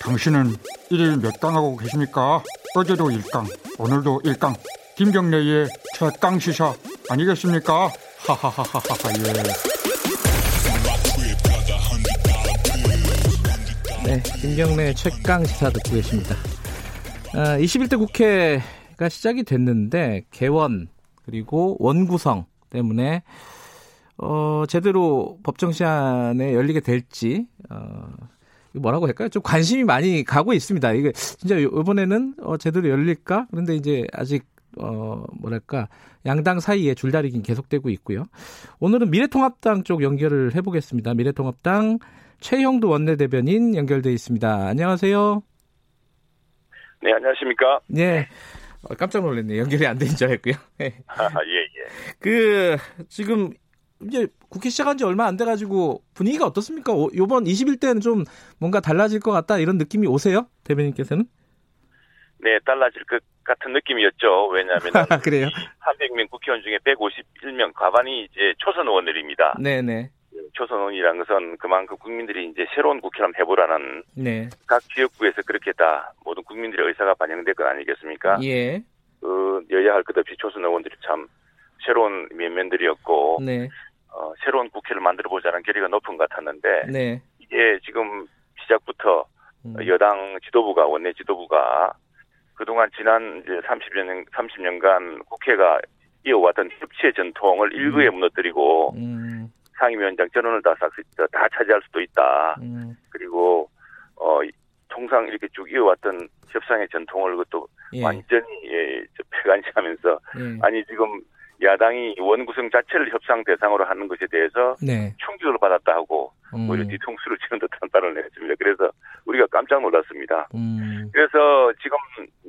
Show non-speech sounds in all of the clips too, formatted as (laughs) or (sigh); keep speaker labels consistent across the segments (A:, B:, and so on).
A: 당신은 일일 몇 강하고 계십니까? 어제도 일강 오늘도 일강 김경래의 최강 시사 아니겠습니까? 하하하하하 예.
B: 네, 김경래 최강 시사 듣고 계십니다. 아, 21대 국회가 시작이 됐는데 개원 그리고 원구성 때문에 어, 제대로 법정 시한에 열리게 될지 어, 이거 뭐라고 할까요? 좀 관심이 많이 가고 있습니다. 이게 진짜 요- 이번에는 어, 제대로 열릴까? 그런데 이제 아직 어, 뭐랄까 양당 사이에 줄다리기는 계속되고 있고요. 오늘은 미래통합당 쪽 연결을 해보겠습니다. 미래통합당 최형도 원내대변인 연결돼 있습니다. 안녕하세요.
C: 네, 안녕하십니까?
B: 네. 어, 깜짝 놀랐네. 연결이 안 된 줄 알고요. (laughs) 네.
C: 아, (laughs) 예, 예.
B: 그 지금 이제 국회 시작한 지 얼마 안 돼 가지고 분위기가 어떻습니까? 오, 요번 21대는 좀 뭔가 달라질 것 같다 이런 느낌이 오세요? (laughs) 대변인께서는?
C: 네, 달라질 것 같은
B: (laughs)
C: 느낌이었죠. 왜냐하면
B: 아, 그래요.
C: 300명 국회의원 중에 151명 과반이 이제 초선 의원들입니다.
B: 네, 네.
C: 초선 의원이라는 것은 그만큼 국민들이 이제 새로운 국회를 한번 해보라는
B: 네.
C: 각 지역구에서 그렇게 다 모든 국민들의 의사가 반영된 것 아니겠습니까?
B: 예.
C: 그 여야 할 것 없이 초선 의원들이 참 새로운 면면들이었고
B: 네.
C: 어, 새로운 국회를 만들어보자는 결의가 높은 것 같았는데
B: 네.
C: 이게 지금 시작부터
B: 음,
C: 여당 지도부가 원내 지도부가 그동안 지난 이제 30여 년 30년간 국회가 이어왔던 협치의 전통을 일부에 무너뜨리고
B: 음,
C: 상임위원장 전원을 다, 싹, 다 차지할 수도 있다.
B: 음.
C: 그리고 어 이- 통상 이렇게 쭉 이어왔던 협상의 전통을 그것도
B: 예.
C: 완전히 예, 저 폐간시하면서
B: 예.
C: 아니 지금 야당이 원 구성 자체를 협상 대상으로 하는 것에 대해서
B: 네.
C: 충격을 받았다 하고
B: 음,
C: 오히려 뒤통수를 치는 듯한 발언을 했습니다. 그래서 우리가 깜짝 놀랐습니다.
B: 음.
C: 그래서 지금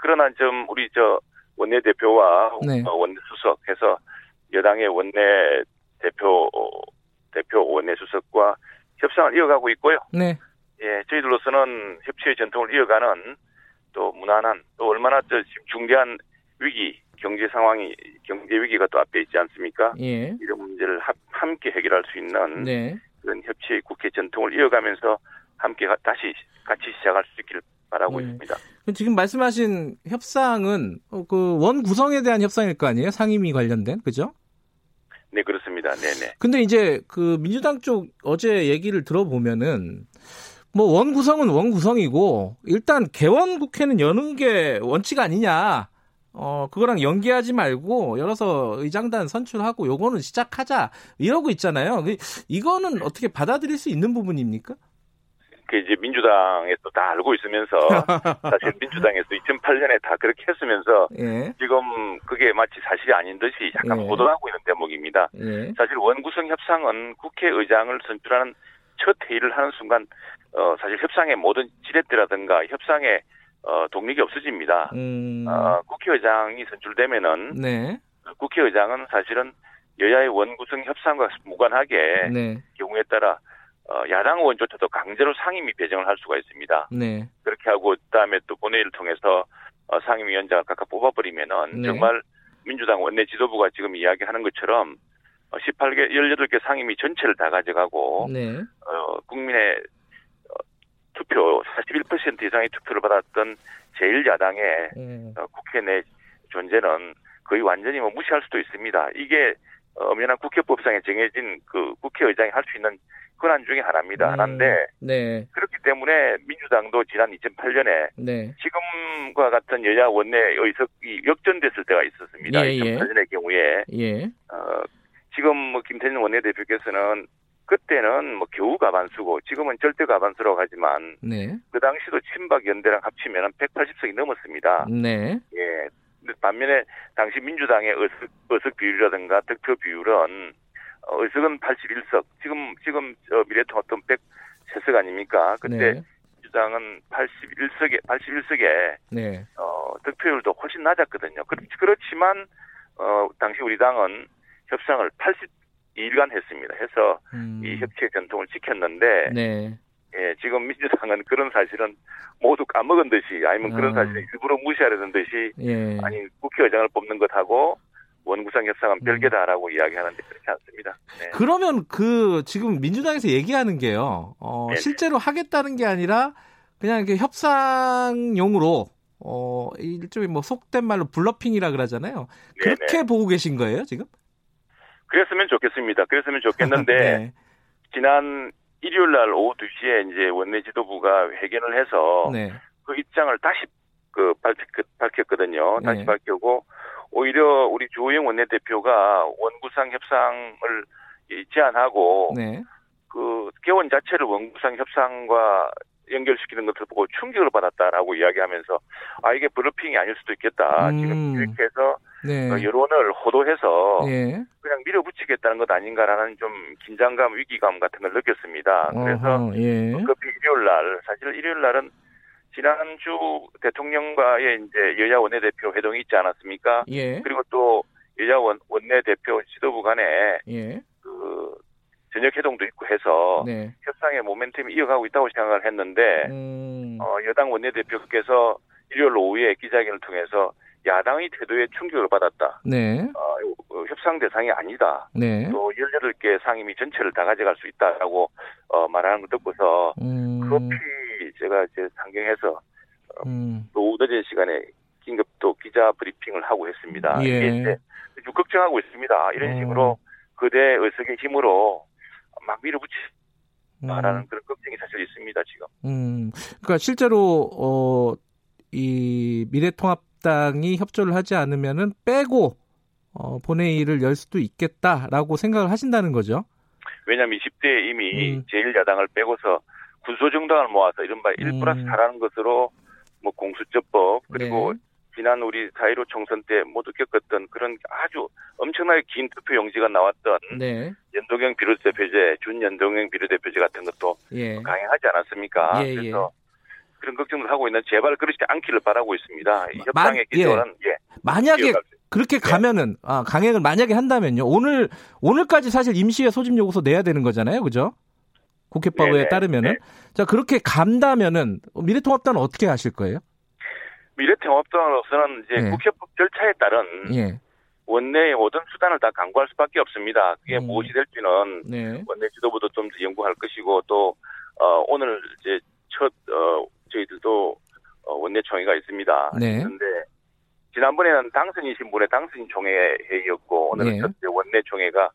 C: 그러나 좀 우리 저 원내 대표와 어,
B: 네.
C: 원내 수석 해서 여당의 원내 대표 어, 대표 원내 수석과 협상을 이어가고 있고요.
B: 네.
C: 예, 저희들로서는 협치의 전통을 이어가는 또 무난한 또 얼마나 또 지금 중대한 위기 경제 상황이 경제 위기가 또 앞에 있지 않습니까?
B: 예.
C: 이런 문제를 함- 함께 해결할 수 있는
B: 네.
C: 그런 협치의 국회 전통을 이어가면서 함께 가- 다시 같이 시작할 수 있기를 바라고
B: 네.
C: 있습니다.
B: 그럼 지금 말씀하신 협상은 그 원 구성에 대한 협상일 거 아니에요? 상임위 관련된 그죠?
C: 네 그렇습니다. 네네.
B: 근데 이제 그 민주당 쪽 어제 얘기를 들어보면은 뭐 원 구성은 원 구성이고 일단 개원 국회는 여는 게 원칙 아니냐. 어 그거랑 연계하지 말고 열어서 의장단 선출하고 요거는 시작하자 이러고 있잖아요. 그 이- 이거는 어떻게 받아들일 수 있는 부분입니까?
C: 그 이제 민주당에서 다 알고 있으면서 사실 민주당에서 2008년에 다 그렇게 했으면서
B: 예.
C: 지금 그게 마치 사실이 아닌 듯이 약간
B: 네.
C: 보도하고 있는 대목입니다.
B: 예.
C: 사실 원구성 협상은 국회의장을 선출하는 첫 회의를 하는 순간 어, 사실 협상의 모든 지렛대라든가 협상의 어, 동력이 없어집니다.
B: 음.
C: 어, 국회의장이 선출되면은
B: 네.
C: 국회의장은 사실은 여야의 원구성 협상과 무관하게
B: 네.
C: 경우에 따라 어, 야당 의원조차도 강제로 상임위 배정을 할 수가 있습니다.
B: 네.
C: 그렇게 하고 그다음에 또 본회의를 통해서 어, 상임위원장을 각각 뽑아버리면은
B: 네.
C: 정말 민주당 원내 지도부가 지금 이야기하는 것처럼 18개 18개 상임위 전체를 다 가져가고
B: 네.
C: 어, 국민의 어, 투표 41% 이상의 투표를 받았던 제1야당의
B: 음.
C: 어, 국회 내 존재는 거의 완전히 뭐 무시할 수도 있습니다. 이게 어, 엄연한 국회법상에 정해진 그 국회의장이 할 수 있는 권한 중에 하나입니다. 하나인데
B: 음, 네,
C: 그렇기 때문에 민주당도 지난 2008년에
B: 네,
C: 지금과 같은 여야 원내 의석이 역전됐을 때가 있었습니다.
B: 예, 예.
C: 2008년의 경우에
B: 예,
C: 어, 지금 뭐 김태년 원내대표께서는 그때는 뭐 겨우 가반수고 지금은 절대 가반수라고 하지만
B: 네,
C: 그 당시도 친박 연대랑 합치면 180석이 넘었습니다.
B: 네,
C: 예. 근데 반면에 당시 민주당의 의석, 의석 비율이라든가 득표 비율은 어, 의석은 81석, 지금 지금 저 미래통합당 103석 아닙니까? 그때
B: 네,
C: 민주당은 81석에 81석에
B: 네,
C: 어, 득표율도 훨씬 낮았거든요. 그렇, 그렇지만 어, 당시 우리 당은 협상을 82일간 했습니다. 해서
B: 음,
C: 이 협치의 전통을 지켰는데
B: 네,
C: 예, 지금 민주당은 그런 사실은 모두 까먹은 듯이 아니면 그런
B: 아.
C: 사실을 일부러 무시하려는 듯이
B: 예.
C: 아니 국회의장을 뽑는 것하고 원구상 협상은
B: 음.
C: 별개다라고 이야기하는데 그렇지 않습니다. 네.
B: 그러면 그 지금 민주당에서 얘기하는 게요. 어,
C: 네네.
B: 실제로 하겠다는 게 아니라 그냥 이렇게 협상용으로 어 일종의 뭐 속된 말로 블러핑이라 그러잖아요.
C: 네네.
B: 그렇게 보고 계신 거예요 지금?
C: 그랬으면 좋겠습니다. 그랬으면 좋겠는데
B: (laughs) 네.
C: 지난 일요일 날 오후 2시에 이제 원내 지도부가 회견을 해서
B: 네.
C: 그 입장을 다시 그 밝혔, 밝혔거든요. 다시
B: 예.
C: 밝혔고 오히려 우리 주호영 원내대표가 원구상 협상을 이 제안하고
B: 네.
C: 그 개원 자체를 원구상 협상과 연결시키는 것을 보고 충격을 받았다라고 이야기하면서 아 이게 블러핑이 아닐 수도 있겠다
B: 음.
C: 지금 이렇게 해서
B: 네.
C: 어, 여론을 호도해서
B: 예.
C: 그냥 밀어붙이겠다는 것 아닌가라는 좀 긴장감 위기감 같은 걸 느꼈습니다. 그래서
B: 어허, 예.
C: 급히 일요일 날 사실 일요일 날은 지난주 대통령과의 이제 여야 원내대표 회동이 있지 않았습니까?
B: 예.
C: 그리고 또 여야 원, 원내대표 지도부 간에
B: 예.
C: 그 저녁 회동도 있고 해서
B: 네.
C: 협상의 모멘텀이 이어가고 있다고 생각을 했는데
B: 음.
C: 어, 여당 원내대표께서 일요일 오후에 기자회견을 통해서 야당의 태도에 충격을 받았다.
B: 네.
C: 어, 어, 협상 대상이 아니다.
B: 네.
C: 또 18개 상임위 전체를 다 가져갈 수 있다라고 어, 말하는 걸 듣고서
B: 음.
C: 급히 제가 이제 상경해서
B: 음.
C: 또 오후 늦은 시간에 긴급 또 기자 브리핑을 하고 했습니다.
B: 예.
C: 이게 이제 좀 걱정하고 있습니다. 이런
B: 음.
C: 식으로 그대 의석의 힘으로 막 밀어붙이라는
B: 음.
C: 그런 걱정이 사실 있습니다. 지금
B: 음, 그러니까 실제로 어, 이 미래통합당이 협조를 하지 않으면은 빼고 어, 본회의를 열 수도 있겠다라고 생각을 하신다는 거죠.
C: 왜냐하면 20대에 이미
B: 음.
C: 제1야당을 빼고서 군소정당을 모아서 이른바
B: 음.
C: 1 플러스 4라는 것으로 뭐 공수처법 그리고
B: 네.
C: 지난 우리 4.15 총선 때 모두 겪었던 그런 아주 엄청나게 긴 투표 용지가 나왔던
B: 네,
C: 연동형 비례대표제, 준연동형 비례대표제 같은 것도
B: 예,
C: 강행하지 않았습니까?
B: 예, 예.
C: 그래서 그런 걱정을 하고 있는 제발 그러지 않기를 바라고 있습니다. 이
B: 마-
C: 협상의
B: 예.
C: 기조는 예.
B: 만약에
C: 기억할 수 있-
B: 그렇게 가면은 아, 강행을 만약에 한다면요. 오늘 오늘까지 사실 임시회 소집 요구서 내야 되는 거잖아요, 그죠? 국회법에
C: 네네,
B: 따르면은
C: 네.
B: 자 그렇게 간다면은 미래통합당은 어떻게 하실 거예요?
C: 뭐 미래통합당으로서는 이제
B: 예.
C: 국회법 절차에 따른
B: 예,
C: 원내의 모든 수단을 다 강구할 수밖에 없습니다. 그게
B: 음.
C: 무엇이 될지는
B: 네,
C: 원내 지도부도 좀 더 연구할 것이고 또 어, 오늘 이제 첫 어, 저희들도 어, 원내 총회가 있습니다.
B: 네.
C: 그런데 지난번에는 당선이신 분의 당선인 총회 회의였고 오늘은
B: 네.
C: 첫 원내 총회가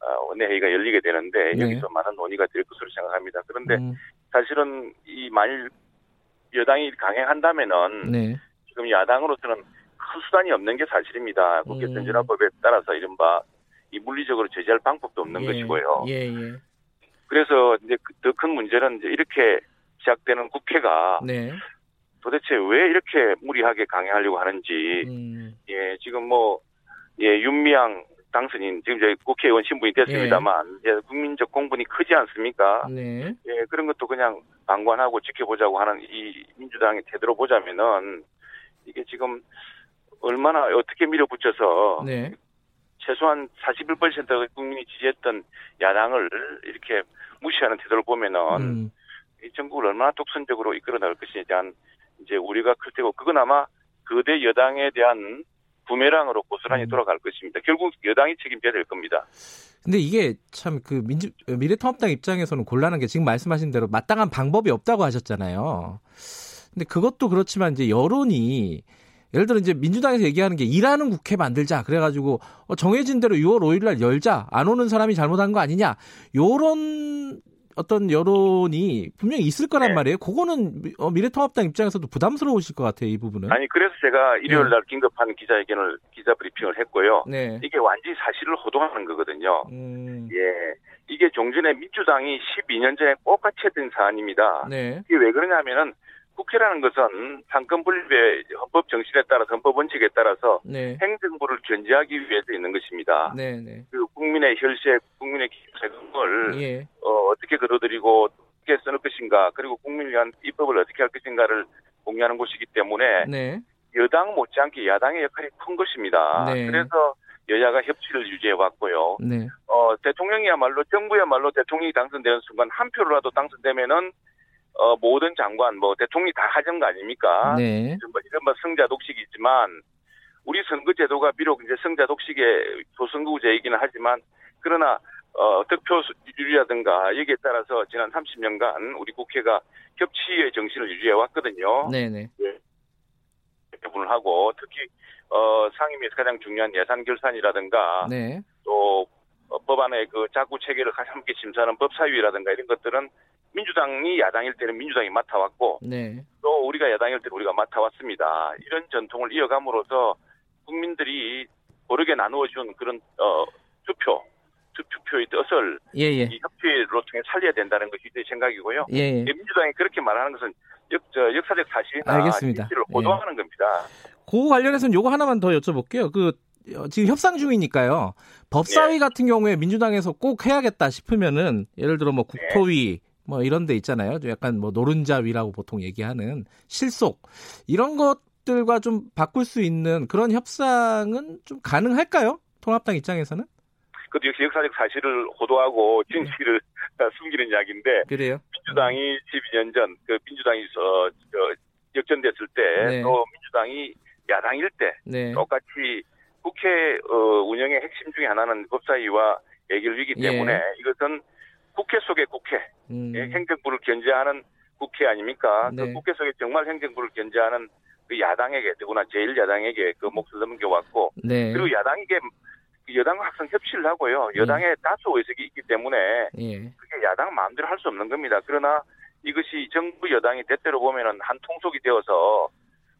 C: 어, 원내 회의가 열리게 되는데
B: 네.
C: 여기서 많은 논의가 될 것으로 생각합니다. 그런데
B: 음,
C: 사실은 이 만일 여당이 강행한다면은
B: 네,
C: 지금 야당으로서는 큰 수단이 없는 게 사실입니다. 국회
B: 음.
C: 선진화법에 따라서 이른바 이 물리적으로 제재할 방법도 없는
B: 예,
C: 것이고요.
B: 예, 예,
C: 그래서 이제 더 큰 문제는 이제 이렇게 시작되는 국회가
B: 네,
C: 도대체 왜 이렇게 무리하게 강행하려고 하는지
B: 음,
C: 예 지금 뭐예 윤미향 당선인 지금 저희 국회의원 신분이 됐습니다만 예, 국민적 공분이 크지 않습니까?
B: 네.
C: 예 그런 것도 그냥 방관하고 지켜보자고 하는 이 민주당의 태도로 보자면은 이게 지금 얼마나 어떻게 밀어붙여서
B: 네.
C: 최소한 41%의 국민이 지지했던 야당을 이렇게 무시하는 태도를 보면은
B: 음,
C: 어, 이 전국을 얼마나 독선적으로 이끌어 나갈 것이냐에 대한 이제 우리가 클 테고 그건 아마 거대 여당에 대한 부메랑으로 고스란히
B: 음.
C: 돌아갈 것입니다. 결국 여당이 책임져야 될 겁니다.
B: 근데 이게 참 그 민주 미래통합당 입장에서는 곤란한 게 지금 말씀하신 대로 마땅한 방법이 없다고 하셨잖아요. 근데 그것도 그렇지만 이제 여론이 예를 들어 이제 민주당에서 얘기하는 게 일하는 국회 만들자 그래가지고 어, 정해진 대로 6월 5일 날 열자 안 오는 사람이 잘못한 거 아니냐 요런 어떤 여론이 분명히 있을 거란
C: 네.
B: 말이에요. 그거는 미- 어, 미래통합당 입장에서도 부담스러우실 것 같아요 이 부분은.
C: 아니 그래서 제가 일요일
B: 예.
C: 날 긴급한 기자회견을 기자 브리핑을 했고요.
B: 네.
C: 이게 완전히 사실을 호도하는 거거든요.
B: 음,
C: 예. 이게 종전에 민주당이 12년 전에 똑같이 했던 사안입니다.
B: 네.
C: 이게 왜 그러냐면은 국회라는 것은 상권 분립의 헌법 정신에 따라서 헌법 원칙에 따라서
B: 네.
C: 행정부를 견제하기 위해서 있는 것입니다.
B: 네. 네.
C: 그 국민의 혈세, 국민의 세금을
B: 예.
C: 어, 떻게 거둬들이고 어떻게 쓰는 것인가, 그리고 국민을 위한 입법을 어떻게 할 것인가를 공유하는 곳이기 때문에
B: 네.
C: 여당 못지않게 야당의 역할이 큰 것입니다.
B: 네.
C: 그래서 여야가 협치를 유지해 왔고요.
B: 네.
C: 어, 대통령이야말로 정부야말로 대통령이 당선되는 순간 한 표로라도 당선되면은 어, 모든 장관, 뭐 대통령이 다 하던 거 아닙니까? 뭐
B: 네.
C: 이른바, 이른바 승자 독식이 있지만 우리 선거제도가 비록 이제 승자 독식의 조선구제이기는 하지만 그러나 어, 득표율이라든가 여기에 따라서 지난 30년간 우리 국회가 격치의 정신을 유지해 왔거든요.
B: 네네.
C: 부분을 하고 특히 어, 상임위에서 가장 중요한 예산 결산이라든가
B: 네.
C: 또 어, 법안의 그 자구 체계를 가장 함께 심사하는 법사위라든가 이런 것들은 민주당이 야당일 때는 민주당이 맡아왔고
B: 네.
C: 또 우리가 야당일 때 우리가 맡아왔습니다. 이런 전통을 이어감으로써 국민들이 고르게 나누어준 그런 어, 투표, 투- 투표의 뜻을
B: 예, 예.
C: 이 협회로 통해 살려야 된다는 것이 제 생각이고요.
B: 예, 예.
C: 민주당이 그렇게 말하는 것은 역, 저, 역사적 사실이나
B: 알겠습니다. 네. 예.
C: 진실을 보도하는 겁니다.
B: 그 관련해서는 요거 하나만 더 여쭤볼게요. 그 어, 지금 협상 중이니까요. 법사위 같은 경우에 민주당에서 꼭 해야겠다 싶으면은 예를 들어 뭐 국토위 뭐 이런 데 있잖아요. 좀 약간 뭐 노른자위라고 보통 얘기하는 실속 이런 것들과 좀 바꿀 수 있는 그런 협상은 좀 가능할까요? 통합당 입장에서는?
C: 그것도 역시 역사적 사실을 호도하고
B: 네.
C: 진실을 (laughs) 숨기는 이야기인데
B: 그래요. 네.
C: 민주당이 12년 전 그 민주당이 어, 저, 역전됐을 때 또
B: 네.
C: 민주당이 야당일 때
B: 네.
C: 똑같이 국회 어, 운영의 핵심 중에 하나는 법사위와 예결위기
B: 예.
C: 때문에 이것은 국회 속의 국회,
B: 음,
C: 예, 행정부를 견제하는 국회 아닙니까?
B: 네.
C: 그 국회 속에 정말 행정부를 견제하는 그 야당에게, 더구나 제1야당에게
B: 음.
C: 그 몫을 넘겨왔고,
B: 네.
C: 그리고 야당에게 그 여당과 항상 협치를 하고요. 여당에 다수 의석이 있기 때문에
B: 예.
C: 그게 야당 마음대로 할 수 없는 겁니다. 그러나 이것이 정부 여당이 때때로 보면은 한 통속이 되어서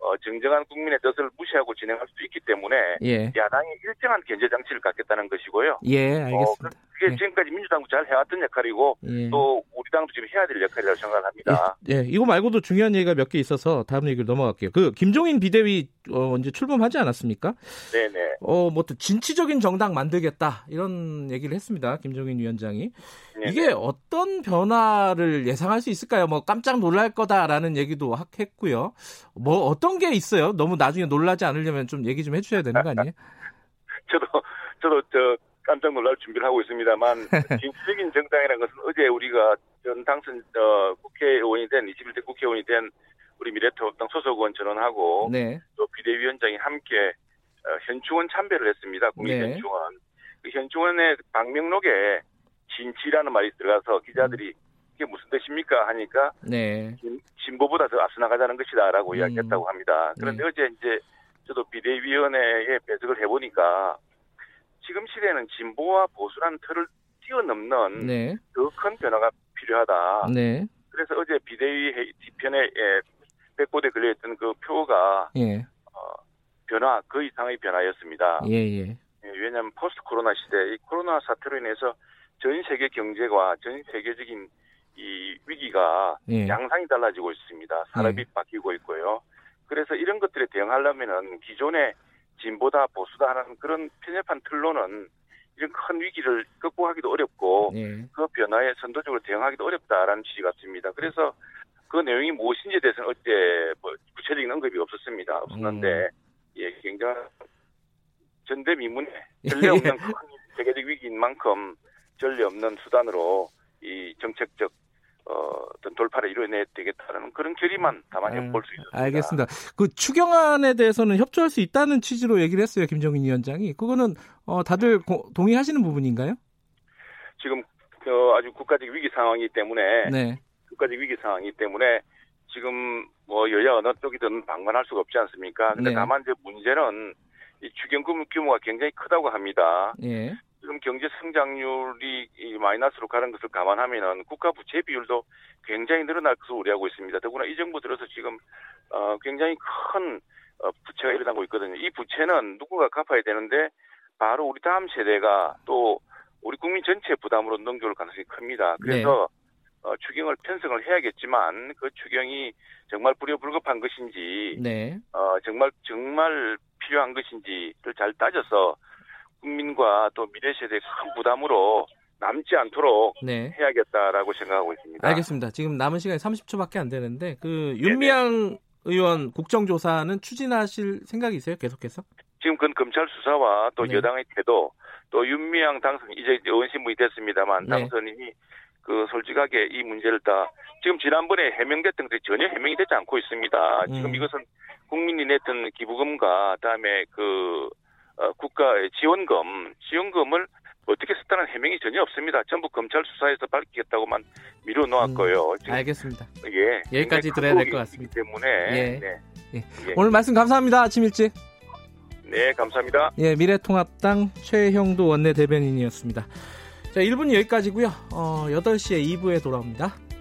C: 어, 정정한 국민의 뜻을 무시하고 진행할 수도 있기 때문에
B: 예.
C: 야당이 일정한 견제 장치를 갖겠다는 것이고요.
B: 예,
C: 어,
B: 알겠습니다.
C: 그게
B: 예.
C: 지금까지 민주당도 잘 해왔던 역할이고
B: 예.
C: 또 우리 당도 지금 해야 될 역할이라고 생각합니다.
B: 예, 예, 이거 말고도 중요한 얘기가 몇 개 있어서 다음 얘기로 넘어갈게요. 그 김종인 비대위 어, 이제 출범하지 않았습니까?
C: 네네.
B: 어, 뭐 또 진취적인 정당 만들겠다 이런 얘기를 했습니다. 김종인 위원장이
C: 네.
B: 이게 어떤 변화를 예상할 수 있을까요? 뭐 깜짝 놀랄 거다라는 얘기도 하- 했고요. 뭐 어떤 게 있어요? 너무 나중에 놀라지 않으려면 좀 얘기 좀 해주셔야 되는 거 아니에요?
C: (laughs) 저도 저도 저 깜짝 놀랄 준비를 하고
B: (laughs)
C: 있습니다만 진취적인 정당이라는 것은 어제 우리가 전 당선 어, 국회의원이 된 21대 국회의원이 된 우리 미래통합당 소속 의원 전원하고
B: 네,
C: 또 비대위원장이 함께 어, 현충원 참배를 했습니다. 국립
B: 네.
C: 현충원. 그 현충원의 방명록에 진치라는 말이 들어가서
B: 음.
C: 기자들이 이게 무슨 뜻입니까 하니까
B: 네,
C: 진- 진보보다 더 앞서 나가자는 것이다라고
B: 음.
C: 이야기했다고 합니다. 그런데
B: 네.
C: 어제 이제 저도 비대위원회에 배석을 해보니까 지금 시대에는 진보와 보수라는 틀을 뛰어넘는
B: 네,
C: 더 큰 변화가 필요하다.
B: 네,
C: 그래서 어제 비대위 회의 뒤편에 예, 백보대 걸려있던 그 표가
B: 예,
C: 변화 그 이상의 변화였습니다.
B: 예, 예,
C: 예, 왜냐하면 포스트 코로나 시대 이 코로나 사태로 인해서 전 세계 경제와 전 세계적인 이 위기가
B: 예,
C: 양상이 달라지고 있습니다. 산업이 바뀌고 있고요. 그래서 이런 것들에 대응하려면은 기존의 진보다 보수다 하는 그런 편협한 틀로는 이런 큰 위기를 극복하기도 어렵고
B: 예.
C: 그 변화에 선도적으로 대응하기도 어렵다라는 취지 같습니다. 그래서 그 내용이 무엇인지에 대해서는 어째 뭐 구체적인 언급이 없었습니다. 없었는데
B: 음.
C: 예 굉장히 전대미문에
B: 예.
C: 전례 없는 큰 세계적 위기인 만큼 전례 없는 수단으로 이 정책적 어, 떤 돌파를 이뤄내야 되겠다는 그런 결의만 담아내 볼 수 있습니다.
B: 알겠습니다. 그 추경안에 대해서는 협조할 수 있다는 취지로 얘기를 했어요. 김정인 위원장이. 그거는 어, 다들 고- 동의하시는 부분인가요?
C: 지금 어, 아주 국가적 위기 상황이기 때문에
B: 네.
C: 국가적 위기 상황이기 때문에 지금 뭐 여야 어느 쪽이든 방관할 수가 없지 않습니까? 근데
B: 네.
C: 다만 이제 문제는 이 주경금 규모가 굉장히 크다고 합니다.
B: 예.
C: 지금 경제 성장률이 이 마이너스로 가는 것을 감안하면은 국가 부채 비율도 굉장히 늘어날 것을 우려하고 있습니다. 더구나 이 정부 들어서 지금 어 굉장히 큰 어, 부채가 일어나고 있거든요. 이 부채는 누군가 갚아야 되는데 바로 우리 다음 세대가 또 우리 국민 전체 부담으로 넘겨올 가능성이 큽니다. 그래서 어, 추경을 편성을 해야겠지만 그 추경이 정말 불효불급한 것인지
B: 네.
C: 어, 정말 정말 필요한 것인지를 잘 따져서 국민과 또 미래 세대의 큰 부담으로 남지 않도록
B: 네.
C: 해야겠다라고 생각하고 있습니다.
B: 알겠습니다. 지금 남은 시간이 30초밖에 안 되는데
C: 네,
B: 그 윤미향 의원 국정조사는 추진하실 생각이세요? 계속해서?
C: 지금 그건 검찰 수사와 또
B: 네.
C: 여당의 태도 또 윤미향 당선 이제 의원신문이 됐습니다만
B: 네.
C: 당선인이 그 솔직하게 이 문제를 다 지금 지난번에 해명됐던 것이 전혀 해명이 되지 않고 있습니다.
B: 음.
C: 지금 이것은 국민이 냈던 기부금과 그다음에 그 어, 국가의 지원금 지원금을 어떻게 썼다는 해명이 전혀 없습니다. 전부 검찰 수사에서 밝히겠다고만 미뤄 놓았고요. 지금
B: 음. 알겠습니다.
C: 예,
B: 여기까지
C: 굉장히
B: 들어야
C: 큰
B: 될것
C: 의혹이
B: 같습니다.
C: 있기 때문에
B: 예.
C: 네.
B: 예.
C: 예.
B: 오늘 말씀 감사합니다. 아침 일찍.
C: 네, 감사합니다.
B: 예, 미래통합당 최형도 원내대변인이었습니다. 자, 1분 여기까지고요. 어, 8시에 2부에 돌아옵니다.